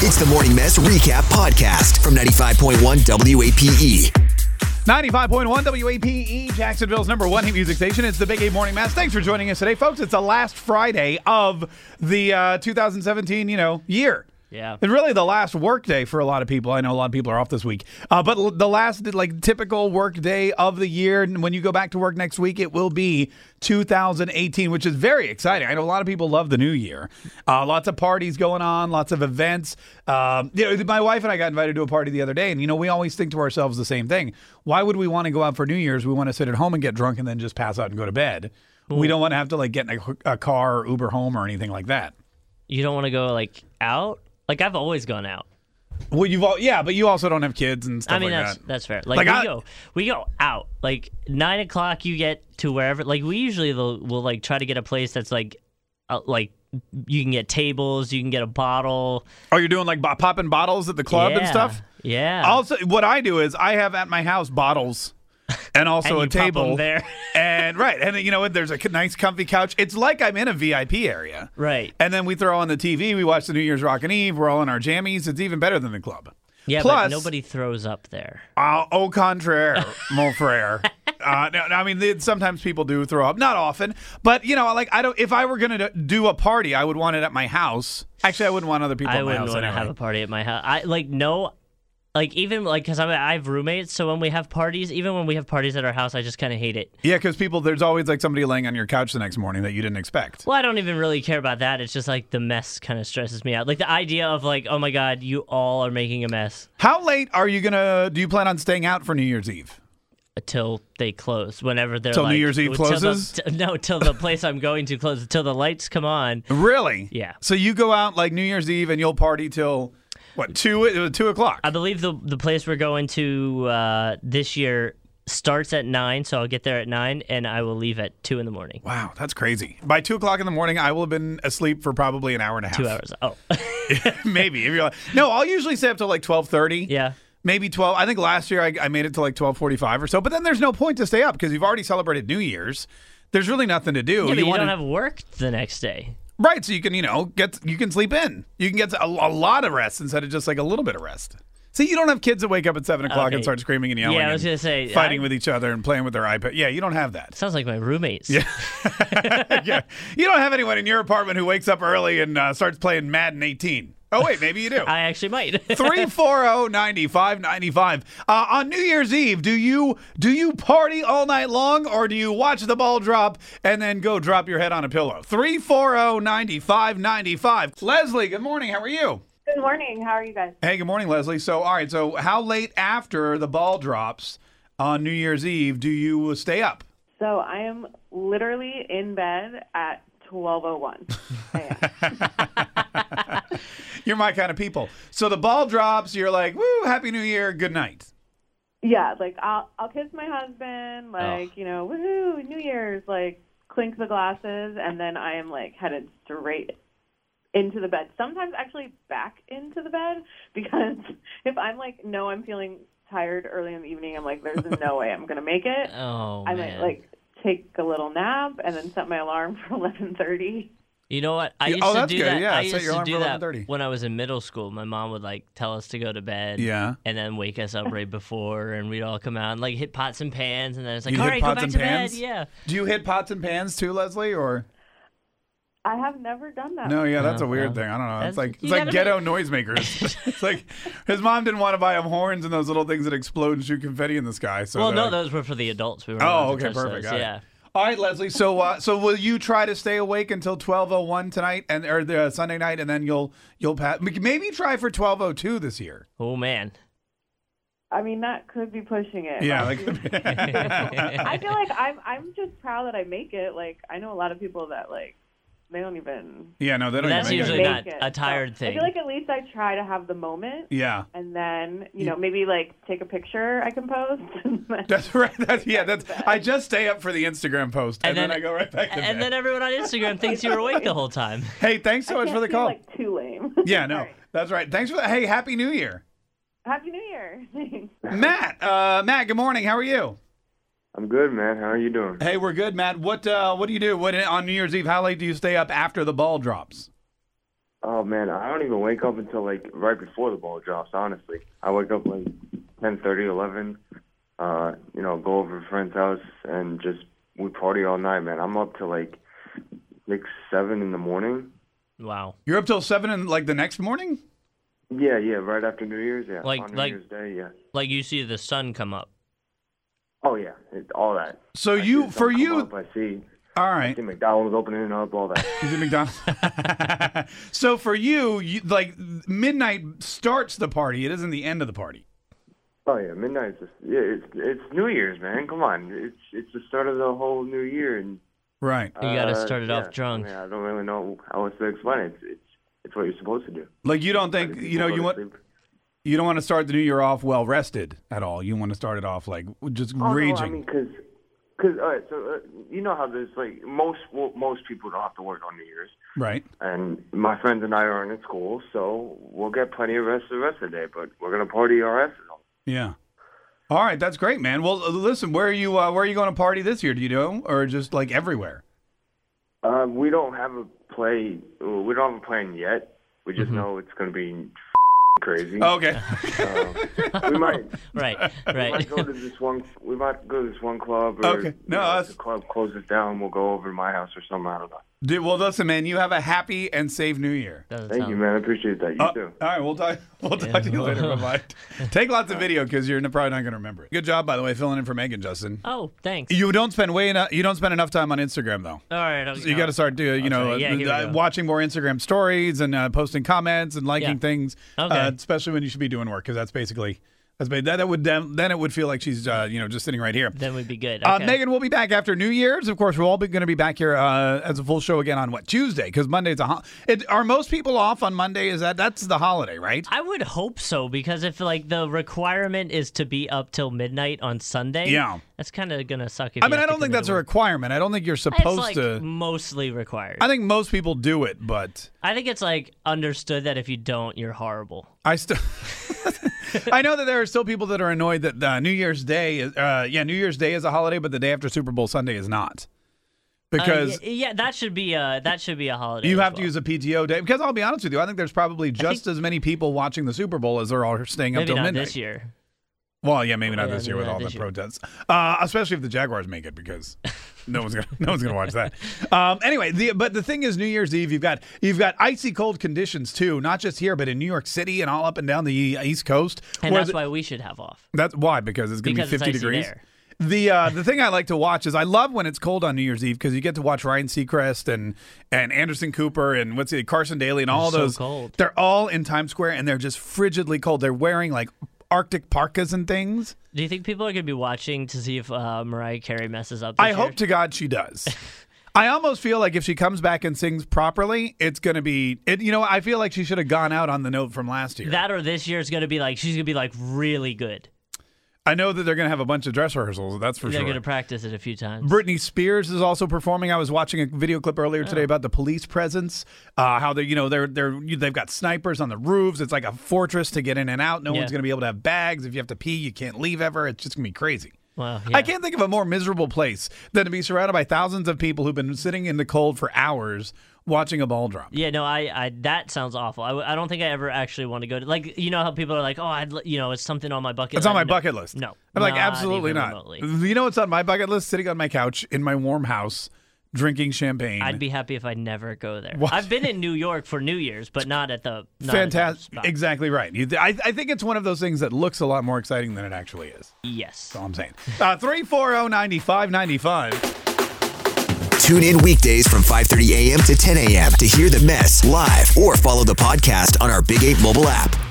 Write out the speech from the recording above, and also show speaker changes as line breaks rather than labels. It's the Morning Mess Recap Podcast from 95.1 WAPE.
95.1 WAPE, E, Jacksonville's number one hit music station. It's the Big A Morning Mass. Thanks for joining us today, folks. It's the last Friday of the uh, 2017, you know, year.
Yeah.
And really the last work day for a lot of people. I know a lot of people are off this week. Uh, but l- the last, like, typical work day of the year. And when you go back to work next week, it will be 2018, which is very exciting. I know a lot of people love the new year. Uh, lots of parties going on, lots of events. Um, you know, my wife and I got invited to a party the other day, and you know, we always think to ourselves the same thing: Why would we want to go out for New Year's? We want to sit at home and get drunk, and then just pass out and go to bed. We don't want to have to like get in a, a car or Uber home or anything like that.
You don't want to go like out. Like I've always gone out.
Well, you've all yeah, but you also don't have kids and stuff
I mean
like
that's
that.
that's fair.
Oh Like,
Like, we
I-
go we go out like nine o'clock. You get to wherever. Like we usually will, will like try to get a place that's like uh, like you can get tables, you can get a bottle
Oh, you're doing like bo- popping bottles at the club and
Yeah.
stuff.
Yeah.
Also, what I do is I have at my house bottles and also
And
a
you pop 'em
table
there.
and right, and you know what? There's a c- nice, comfy couch. It's like I'm in a VIP area,
Right.
And then we throw on the TV. We watch the New Year's Rockin' Eve. We're all in our jammies. It's even better than the club.
yeah,
Plus,
but nobody throws up there.
Uh, au contraire, mon frere. Uh, no, no, I mean, it, sometimes people do throw up, not often, but you know, like I don't. If I were gonna do a party, I would want it at my house. Actually, I wouldn't want other people at
I
my
wouldn't
house
want to
anyway.
have a party at my house. I like no, like even like because I'm I have roommates. So when we have parties, even when we have parties at our house, I just kind of hate it.
Yeah, because people, there's always like somebody laying on your couch the next morning that you didn't expect.
Well, I don't even really care about that. It's just like the mess kind of stresses me out. Like the idea of like, oh my god, you all are making a mess
How late are you gonna? Do you plan on staying out for New Year's Eve?
until they close. Whenever they're
Till New
like-
Year's Eve
till the-
closes?
t- no, till the place I'm going to closes. Till the lights come on.
Really?
Yeah.
So you go out like New Year's Eve and you'll party till what two it was two o'clock?
I believe the the place we're going to uh, this year starts at nine, so I'll get there at nine, and I will leave at two in the morning.
wow, that's crazy. By two o'clock in the morning, I will have been asleep for probably an hour and a half.
Two hours. Oh,
maybe if you're like, no, I'll usually stay up till like twelve thirty.
yeah.
Maybe twelve. I think last year I, I made it to like twelve forty-five or so. But then there's no point to stay up because you've already celebrated New Year's. There's really nothing to do.
Yeah, but you
wanna-
don't have work the next day.
Right, so you can you know get you can sleep in. You can get a, a lot of rest instead of just like a little bit of rest. See, you don't have kids that wake up at seven o'clock and
Okay.
start screaming and
Yeah, I
yelling.
was
and
gonna say,
fighting
I-
with each other and playing with their iPad. Yeah, you don't have that.
Sounds like my roommates. Yeah.
yeah, you don't have anyone in your apartment who wakes up early and uh, starts playing Madden 18. Oh wait, maybe you do. oh,
I actually might.
340-9595. Uh, on New Year's Eve, do you do you party all night long or do you watch the ball drop and then go drop your head on a pillow? oh, 340-9595. Leslie, good morning. How are you?
Good morning. How are you guys?
Hey, good morning, Leslie. So, all right, so how late after the ball drops on New Year's Eve do you stay up?
So I am literally in bed at 12:01. a.m.
You're my kind of people. So the ball drops, you're like, "Woo, happy New Year, good night."
yeah, like I'll I'll kiss my husband, like you know, woohoo, New Year's, like clink the glasses, and then I am like headed straight into the bed. Sometimes actually back into the bed because if I'm like, no, I'm feeling tired early in the evening, I'm like, there's no way I'm gonna make it.
Oh
I might
man.
like take a little nap and then set my alarm for 11:30.
you know what? I
Yeah,
used
oh,
to
that's
do
good.
that.
Yeah,
I
set
used
your
to
alarm
do
for
that
11:30.
when I was in middle school. My mom would like tell us to go to bed.
Yeah.
And then wake us up right before, and we'd all come out and like hit pots and pans, and then it's like,
You
all
hit
right, go
pots
back
and
to
pans?
bed. Yeah.
Do you hit pots and pans too, Leslie, or
I have never done that.
No, yeah, that's
Uh, No,
a weird
no.
thing. I don't know. It's
That's-
like
you
it's like
gotta
ghetto noisemakers. it's like his mom didn't want to buy him horns and those little things that explode and shoot confetti in the sky. So
Well,
they're
no,
like-
those were for the adults. We were
Oh,
allowed to
okay,
touch
perfect. All
Those.
right.
Yeah.
All right, Leslie. So, uh, so will you try to stay awake until twelve oh one tonight and or the uh, Sunday night, and then you'll you'll pass. Maybe try for twelve oh two this year.
Oh man.
I mean, that could be pushing it.
Yeah,
Like,
that could be-
I feel like I'm I'm just proud that I make it. Like I know a lot of people that like they don't even
yeah. No, they don't.
That's
even make
usually
it.
make
not
it.
a tired
So, I
thing.
feel like at least I try to have the moment,
Yeah.
and then you know maybe like take a picture I can post.
That's right. That's yeah. That's I just stay up for the Instagram post, and,
And
then,
then-
I go right back to
And
bed.
then everyone on Instagram thinks you were awake the whole time.
hey, thanks so much
Can't
for the
feel,
call.
Like too lame.
yeah, no,
Sorry.
that's right. Thanks for that. Hey, happy New Year.
Happy New Year. Thanks.
Matt, uh, Matt, good morning. How are you?
I'm good, man. How are you doing?
Hey, we're good, Matt. What uh, what do you do? What on New Year's Eve? How late do you stay up after the ball drops?
Oh man, I don't even wake up until like right before the ball drops. Honestly, I wake up like ten thirty, eleven. Uh, you know, go over to a friend's house and just we party all night, man. I'm up till like six, seven in the morning.
Wow.
You're up till seven and like the next morning.
Yeah, yeah, right after New Year's, yeah.
Like-
on New
like-
Year's Day, yeah.
Like you see the sun come up.
Oh yeah, it, all that.
So
I see
you
the
for
sun come
you.
up, I see,
All right.
see McDonald's opening up, all that.
Is it McDonald's? so for you, you, like midnight starts the party. It isn't the end of the party.
Oh yeah, midnight's just, yeah, it's it's New Year's, man. Come on, it's it's the start of the whole new year, and
Right.
You gotta
uh,
start it off
yeah.
drunk.
I, mean, I don't really know how else to explain it. It's it's, it's what you're supposed to do.
Like you don't think you know
Go to
you want
sleep.
you don't want to start the new year off well rested at all. You want to start it off like just
Oh,
raging.
No, I mean, cause, 'cause, all right, so uh, you know how there's like most well, most people don't have to work on New Year's,
right.
and my friends and I aren't at school, so we'll get plenty of rest the rest of the day. But we're gonna party our asses off.
Yeah. All right, that's great, man. Well, uh, listen, where are you? Uh, where are you going to party this year? Do you know, or just like everywhere?
Uh, we don't have a play. We don't have a plan yet. We
Mm-hmm.
just know it's gonna be crazy.
Okay.
we might.
Right.
We
Right.
might go to this one. We might go to this one club. Or,
Okay.
you
No,
know, if
that's-
the club closes down. We'll go over to my house or something. I don't know.
Dude, well, listen, man. You have a happy and safe New Year.
Doesn't
Thank
sound
you, man. I appreciate that. You
Uh,
too.
All right, we'll talk. We'll talk to you later. Bye bye. Take lots of video because you're n- probably not going to remember it. Good job, by the way, filling in for Megan, Justin.
Oh, thanks.
You don't spend way enough. You don't spend enough time on Instagram though.
All right. I'll-
You got to start doing, you
I'll
know,
try. Yeah, here we
uh,
go.
watching more Instagram stories and uh, posting comments and liking
Yeah.
things, uh,
Okay.
especially when you should be doing work because that's basically that's ba- that, that would then, then it would feel like she's uh, you know just sitting right here.
Then we'd be good.
Uh,
Okay.
Megan, we'll be back after New Year's. Of course, we're all going to be back here uh, as a full show again on what Tuesday because Monday's a hol- it, are most people off on Monday? Is that that's the holiday, right?
I would hope so because if like the requirement is to be up till midnight on Sunday,
Yeah.
that's kind of gonna suck. If
I
you
mean,
have
I
to
don't think
commit to
that's a
work.
requirement. I don't think you're
It's
supposed
like
to.
mostly required.
I think most people do it, but
I think it's like understood that if you don't, you're horrible. Uh,
I still. I know that there are still people that are annoyed that uh, New Year's Day is, uh, yeah, New Year's Day is a holiday, but the day after Super Bowl Sunday is not,
Uh,
because
yeah, yeah, that should be a that should be a holiday.
you
as
have to
well.
use a PTO day. Because I'll be honest with you, I think there's probably just as many people watching the Super Bowl as there are staying up
maybe
till
not
midnight.
this year.
Well, yeah, maybe not
Yeah,
this year
maybe
with
not
all the
this year.
protests, uh, especially if the Jaguars make it because no one's gonna no one's gonna watch that. Um, anyway, the, but the thing is, New Year's Eve you've got you've got icy cold conditions too, not just here but in New York City and all up and down the East Coast.
And
where
that's
the-
why we should have off.
that's why because it's gonna
Because
be
it's
fifty
icy
degrees.
there.
The uh, the thing I like to watch is I love when it's cold on New Year's Eve because you get to watch Ryan Seacrest and and Anderson Cooper and what's it Carson Daly and all
so
those.
cold.
They're all in Times Square and they're just frigidly cold. They're wearing like Arctic parkas and things.
Do you think people are gonna be watching to see if uh, Mariah Carey messes up? This
I
year?
hope to God she does. I almost feel like if she comes back and sings properly, it's going to be. It, you know, I feel like she should have gone out on the note from last year.
that or this year is gonna be like she's gonna be like really good.
I know that they're going to have a bunch of dress rehearsals. That's for
They're
sure.
gonna practice it a few times.
Britney Spears is also performing. I was watching a video clip earlier
Oh.
today about the police presence, uh, how they, you know, they're they're they've got snipers on the roofs. It's like a fortress to get in and out. No
Yeah.
one's going to be able to have bags. If you have to pee, you can't leave ever. It's just going to be crazy.
Wow,
I
yeah.
can't think of a more miserable place than to be surrounded by thousands of people who've been sitting in the cold for hours watching a ball drop.
Yeah, no, I, I that sounds awful. I, w- I don't think I ever actually want to go to like you know how people are like, oh, I'd li- you know it's something on my bucket.
It's on
list."
my
No.
bucket list.
No,
I'm like,
not
absolutely
even
not.
remotely.
You know what's on my bucket list? Sitting on my couch in my warm house, drinking champagne.
I'd be happy if I never go there. I've been in New York for New Year's, but not at the not at that
Fantastic.
spot.
Exactly right. You th- I, I think it's one of those things that looks a lot more exciting than it actually is.
Yes.
That's all I'm saying. Uh, 340 9595.
Tune in weekdays from 5:30 a.m. to 10 a.m. to hear the mess live or follow the podcast on our Big 8 mobile app.